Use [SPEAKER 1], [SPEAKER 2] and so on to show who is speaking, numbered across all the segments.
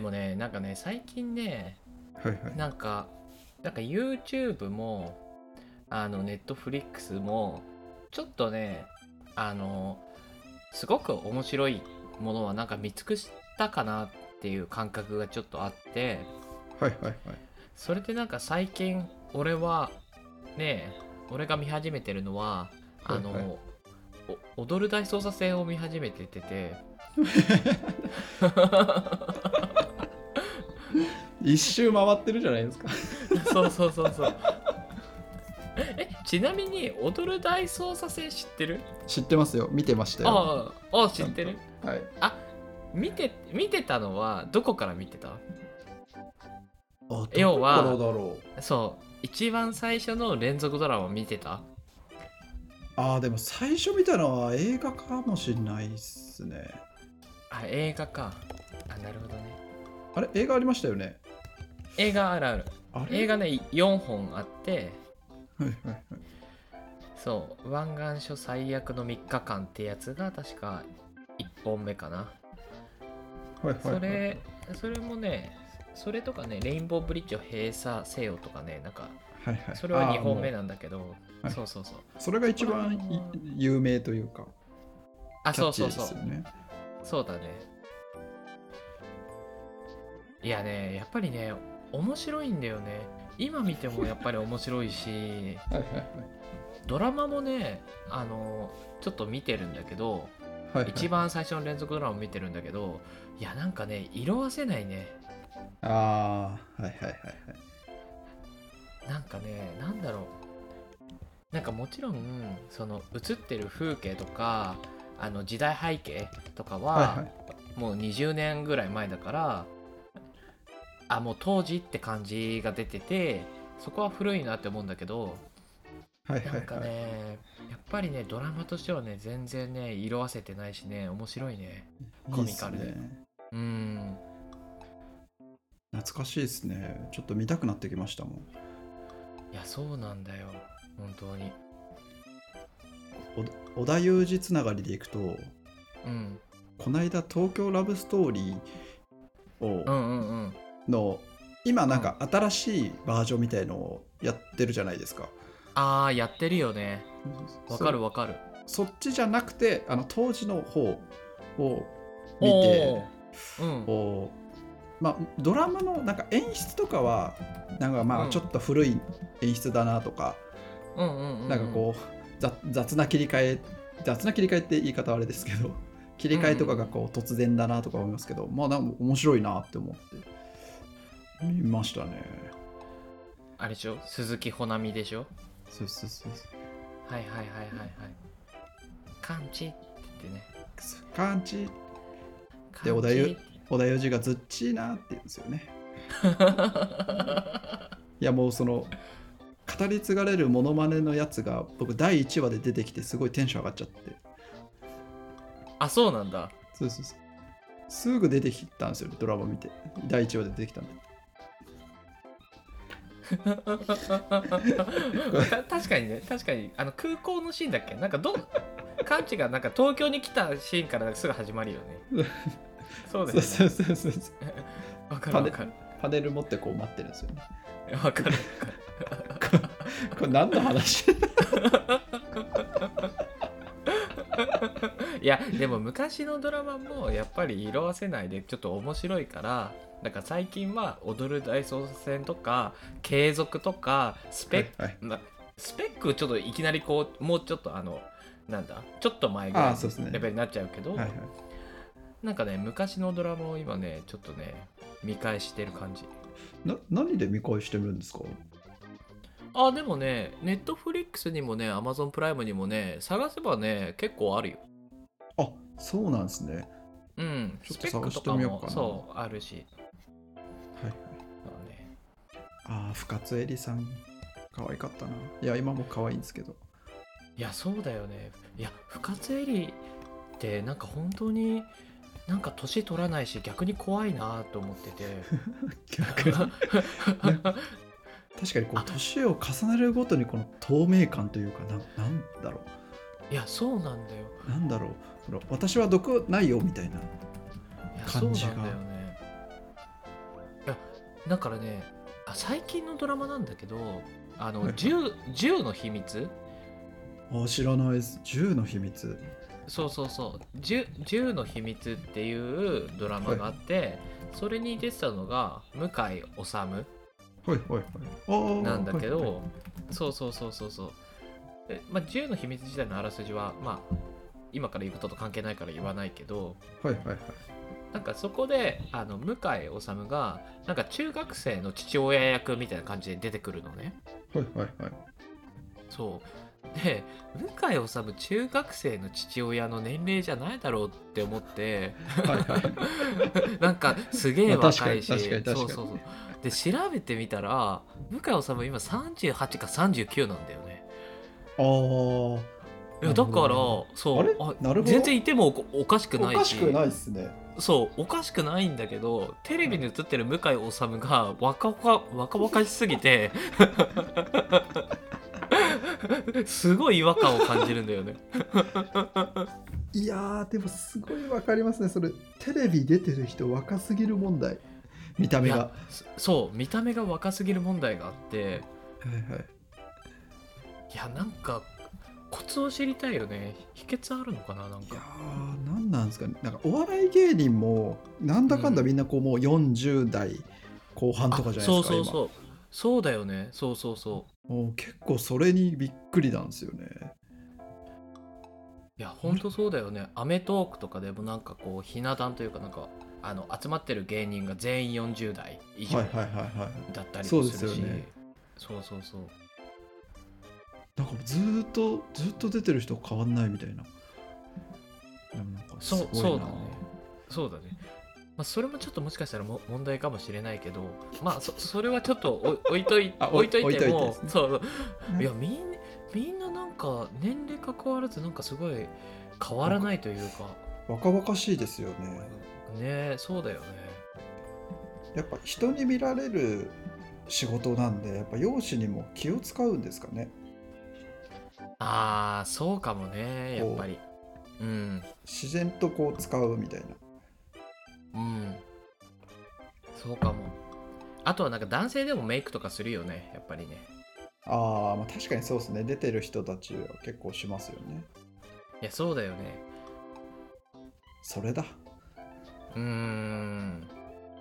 [SPEAKER 1] もねなんかね最近ね
[SPEAKER 2] はいはい。
[SPEAKER 1] なんかなんか YouTube もあの Netflix もちょっとねあのすごく面白いものはなんか見尽くしたかなっていう感覚がちょっとあって
[SPEAKER 2] はいはいはい。
[SPEAKER 1] それでなんか最近俺はね俺が見始めてるのはあの、
[SPEAKER 2] はいはい
[SPEAKER 1] お踊る大捜査線を見始めててて
[SPEAKER 2] 一周回ってるじゃないですか。
[SPEAKER 1] そうそうそうそうえちなみに踊る大捜査線知ってる
[SPEAKER 2] 知ってますよ。見てましたよ。
[SPEAKER 1] あああ知ってる
[SPEAKER 2] はい。
[SPEAKER 1] 見て見てたのはどこから見てた
[SPEAKER 2] あ
[SPEAKER 1] 要は
[SPEAKER 2] どこからだろう。
[SPEAKER 1] そう一番最初の連続ドラマ見てた
[SPEAKER 2] ああ、でも最初見たのは映画かもしれないっすね。
[SPEAKER 1] あ映画かあなるほどね
[SPEAKER 2] あれ映画ありましたよね。
[SPEAKER 1] 映画あるある
[SPEAKER 2] あれ
[SPEAKER 1] 映画ね4本あって
[SPEAKER 2] はいはいはい。
[SPEAKER 1] そう湾岸署最悪の3日間ってやつが確か1本目かな
[SPEAKER 2] はいはいはい
[SPEAKER 1] それそれもねそれとかねレインボーブリッジを閉鎖せよとかねなんか
[SPEAKER 2] はいはい、
[SPEAKER 1] それは2本目
[SPEAKER 2] あーも
[SPEAKER 1] なんだけど
[SPEAKER 2] はい
[SPEAKER 1] そうそうそう
[SPEAKER 2] うそれが一番い有名というか
[SPEAKER 1] あ
[SPEAKER 2] キ
[SPEAKER 1] そ
[SPEAKER 2] ャ
[SPEAKER 1] う
[SPEAKER 2] ッチ
[SPEAKER 1] そう
[SPEAKER 2] ーで
[SPEAKER 1] そう
[SPEAKER 2] すよね
[SPEAKER 1] そうだねいやねやっぱりね面白いんだよね今見てもやっぱり面白いし
[SPEAKER 2] はいはい
[SPEAKER 1] ドラマもねあのちょっと見てるんだけど
[SPEAKER 2] はいはい
[SPEAKER 1] 一番最初の連続ドラマ見てるんだけどいやなんかね色あせないね
[SPEAKER 2] ああはいはいはいはい
[SPEAKER 1] なんかねなんだろうなんかもちろんその映ってる風景とかあの時代背景とかは、
[SPEAKER 2] はいはい
[SPEAKER 1] もう20年ぐらい前だからあもう当時って感じが出ててそこは古いなって思うんだけど
[SPEAKER 2] はいはい
[SPEAKER 1] な
[SPEAKER 2] は
[SPEAKER 1] ん
[SPEAKER 2] い
[SPEAKER 1] かね、やっぱりねドラマとしてはね全然ね色あせてないしね面白いねコミカルで
[SPEAKER 2] いいっすね
[SPEAKER 1] うん
[SPEAKER 2] 懐かしいですねちょっと見たくなってきましたもん
[SPEAKER 1] いやそうなんだよ本当に
[SPEAKER 2] お織田裕二つながりでいくと
[SPEAKER 1] うん
[SPEAKER 2] こないだ東京ラブストーリー
[SPEAKER 1] うん
[SPEAKER 2] を、
[SPEAKER 1] うんうん
[SPEAKER 2] の今なんか新しいバージョンみたいのをやってるじゃないですか
[SPEAKER 1] あーやってるよねわか
[SPEAKER 2] そう
[SPEAKER 1] るわかる
[SPEAKER 2] そっちじゃなくてあの当時の方を見
[SPEAKER 1] お
[SPEAKER 2] て
[SPEAKER 1] ーうん
[SPEAKER 2] こうまあ、ドラマのなんか演出とかはなんかま
[SPEAKER 1] う
[SPEAKER 2] あ
[SPEAKER 1] ん
[SPEAKER 2] ちょっと古い演出だなとか、
[SPEAKER 1] うんうんうん
[SPEAKER 2] なんかこう雑雑な切り替え雑な切り替えって言い方はあれですけど 切り替えとかがこう突然だなとか思いますけど、まあなんか面白いなって思って見ましたね
[SPEAKER 1] あれでしょ鈴木保奈美でしょ
[SPEAKER 2] そうそうそうそ
[SPEAKER 1] はいはいはいはいはい感知ってね
[SPEAKER 2] う感じでお題を小田裕二がずっちいなって言うんですよ ねいやもうその語り継がれるモノマネのやつが僕第1話で出てきてすごいテンション上がっちゃって
[SPEAKER 1] あそうなんだ
[SPEAKER 2] そうそうそう。すぐ出てきたんですよね、ドラマ見て。第1話で出てきたんで。
[SPEAKER 1] た確かにね確かにあの空港のシーンだっけなんかどカンチがなんか東京に来たシーンからすぐ始まるよねそうだよね
[SPEAKER 2] そうそうそうそう。
[SPEAKER 1] わかるわか
[SPEAKER 2] パネル持ってこう待ってるんですよね。
[SPEAKER 1] るわかる
[SPEAKER 2] これ何 の話
[SPEAKER 1] いやでも昔のドラマもやっぱり色あせないでちょっと面白いからなんか最近は「踊る大捜査線」とか「継続」とかスペック
[SPEAKER 2] はいはい
[SPEAKER 1] ま、スペックちょっといきなりこうもうちょっとあのなんだちょっと前ぐ
[SPEAKER 2] あ
[SPEAKER 1] らい
[SPEAKER 2] あ、そうです
[SPEAKER 1] の
[SPEAKER 2] ね。
[SPEAKER 1] レベルになっちゃうけど、
[SPEAKER 2] はいはい。
[SPEAKER 1] なんかね昔のドラマを今ねちょっとね見返してる感じ
[SPEAKER 2] な何で見返してるんですか
[SPEAKER 1] あでもねネットフリックスにもねアマゾンプライムにもね探せばね結構あるよ
[SPEAKER 2] あそうなんですね。
[SPEAKER 1] うん
[SPEAKER 2] ちょ
[SPEAKER 1] ス
[SPEAKER 2] っ
[SPEAKER 1] ペッ
[SPEAKER 2] と
[SPEAKER 1] クと
[SPEAKER 2] 探して
[SPEAKER 1] か
[SPEAKER 2] みよう
[SPEAKER 1] も
[SPEAKER 2] かな
[SPEAKER 1] そうあるし、
[SPEAKER 2] はいはい。
[SPEAKER 1] そうね、
[SPEAKER 2] ああ、深津絵里さん、可愛かったな。いや、今も可愛いんですけど。
[SPEAKER 1] いやそうだよねいや深津絵里ってなんか本当になんか年取らないし逆に怖いなと思って て
[SPEAKER 2] 逆に。確かにこう、年を重ねるごとに、この透明感というか、ななんだろう。
[SPEAKER 1] いやそうなんだよ
[SPEAKER 2] なんだろうその私は毒ないよみたいない
[SPEAKER 1] やそう
[SPEAKER 2] 感じ
[SPEAKER 1] な
[SPEAKER 2] が
[SPEAKER 1] んだよねだからねあ最近のドラマなんだけど「あ
[SPEAKER 2] はいは
[SPEAKER 1] の
[SPEAKER 2] い
[SPEAKER 1] 銃銃の秘密」
[SPEAKER 2] あ知らないです銃の秘密
[SPEAKER 1] そうそうそう「銃銃の秘密」っていうドラマがあって、それに出てたのが向井理
[SPEAKER 2] はいはいはいあー
[SPEAKER 1] なんだけど、
[SPEAKER 2] はいはい
[SPEAKER 1] そうそうそうそうそうで、まあ、銃の秘密自体のあらすじは、まあ、今から言うことと関係ないから言わないけど
[SPEAKER 2] はいはいはい
[SPEAKER 1] なんかそこであの向井理がなんか中学生の父親役みたいな感じで出てくるのね
[SPEAKER 2] はいはいはい
[SPEAKER 1] そうで向井理中学生の父親の年齢じゃないだろうって思って
[SPEAKER 2] はいはい
[SPEAKER 1] なんかすげえ
[SPEAKER 2] まあ確か
[SPEAKER 1] 若
[SPEAKER 2] に
[SPEAKER 1] いし、
[SPEAKER 2] 確かに確
[SPEAKER 1] そ
[SPEAKER 2] かに
[SPEAKER 1] うそうそうで調べてみたら向井理今38か39なんだよね
[SPEAKER 2] あー
[SPEAKER 1] いやだか
[SPEAKER 2] な
[SPEAKER 1] ら
[SPEAKER 2] るほ
[SPEAKER 1] そう
[SPEAKER 2] あれなるほど
[SPEAKER 1] 全然いてもおこおかしくないし
[SPEAKER 2] いですね
[SPEAKER 1] そうおかしくないんだけどテレビに映ってる向井理が若々若々しすぎて すごい違和感を感じるんだよね
[SPEAKER 2] いやーでもすごいわかりますねそれテレビ出てる人若すぎる問題見た目が
[SPEAKER 1] い
[SPEAKER 2] は
[SPEAKER 1] やそそう見た目が若すぎる問題があって
[SPEAKER 2] いはい
[SPEAKER 1] いやなんかコツを知りたいよね秘訣あるのかななん
[SPEAKER 2] いや
[SPEAKER 1] か
[SPEAKER 2] ー何なんですかねなんかお笑い芸人もなんだかんだみんなこうもう40代後半とかじゃない
[SPEAKER 1] そ
[SPEAKER 2] で
[SPEAKER 1] う
[SPEAKER 2] すか、
[SPEAKER 1] そう
[SPEAKER 2] 今
[SPEAKER 1] そうそうだよねそうそうそ
[SPEAKER 2] もう結構それにびっくりなんですよね
[SPEAKER 1] ういやほんとそうだよね『アメトーーク』とかでもなんかこうひな壇というかなんかあの集まってる芸人が全員40代以上
[SPEAKER 2] はい
[SPEAKER 1] だ
[SPEAKER 2] はいはいはい
[SPEAKER 1] ったり
[SPEAKER 2] そ
[SPEAKER 1] も
[SPEAKER 2] うですす
[SPEAKER 1] る
[SPEAKER 2] よ
[SPEAKER 1] し、
[SPEAKER 2] ね
[SPEAKER 1] そうそうそう
[SPEAKER 2] なんかずーっとずっと出てる人変わんないみたいなでもなんかす
[SPEAKER 1] そ
[SPEAKER 2] ご
[SPEAKER 1] うそう
[SPEAKER 2] いな
[SPEAKER 1] だねそうだねまあ、それもちょっともしかしたらも問題かもしれないけどまあそそれはちょっとお 置いとい
[SPEAKER 2] あ
[SPEAKER 1] 置いとい
[SPEAKER 2] 置いと
[SPEAKER 1] て
[SPEAKER 2] いて
[SPEAKER 1] も
[SPEAKER 2] ですね
[SPEAKER 1] そう
[SPEAKER 2] ね
[SPEAKER 1] いやみんみんななんか年齢関わらずなんかすごい変わらないというか
[SPEAKER 2] 若々しいですよね
[SPEAKER 1] ねえそうだよね
[SPEAKER 2] やっぱ人に見られる仕事なんでやっぱ容姿にも気を使うんですかね
[SPEAKER 1] ああそうかもねやっぱりうん
[SPEAKER 2] 自然とこう使うみたいな
[SPEAKER 1] うんそうかもあとはなんか男性でもメイクとかするよねやっぱりね
[SPEAKER 2] あー、まあ確かにそうですね出てる人たちは結構しますよね
[SPEAKER 1] いやそうだよね
[SPEAKER 2] それだ
[SPEAKER 1] うーん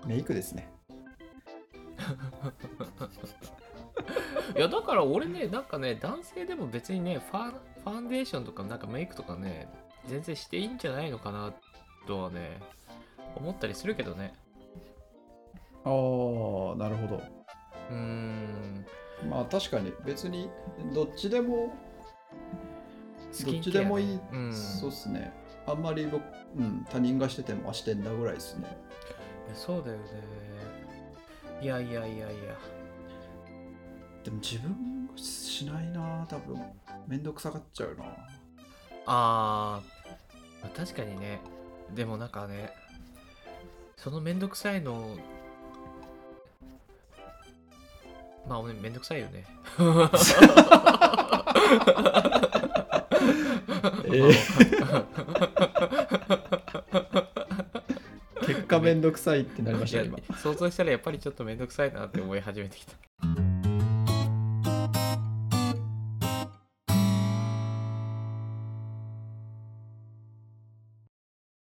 [SPEAKER 2] メイクですね
[SPEAKER 1] いやだから俺ねなんかね男性でも別にねファファンデーションとかなんかメイクとかね全然していいんじゃないのかなとはね思ったりするけどね
[SPEAKER 2] ああなるほど
[SPEAKER 1] うーん
[SPEAKER 2] まあ確かに別にどっちでも
[SPEAKER 1] ス
[SPEAKER 2] ど
[SPEAKER 1] キ
[SPEAKER 2] っ
[SPEAKER 1] ン
[SPEAKER 2] ち
[SPEAKER 1] ケ
[SPEAKER 2] で
[SPEAKER 1] アね
[SPEAKER 2] もいい、
[SPEAKER 1] うん、
[SPEAKER 2] そうっすねあんまり僕、うん、他人がしててもあしてんだぐらいですね
[SPEAKER 1] いやそうだよねいやいやいやいや
[SPEAKER 2] でも自分がしないな多分めんどくさがっちゃうな
[SPEAKER 1] あーまあ確かにねでもなんかねそのめんどくさいのまあ俺めんどくさいよね
[SPEAKER 2] 結果めんどくさいってなりました今
[SPEAKER 1] いや想像したらやっぱりちょっとめんどくさいなって思い始めてきた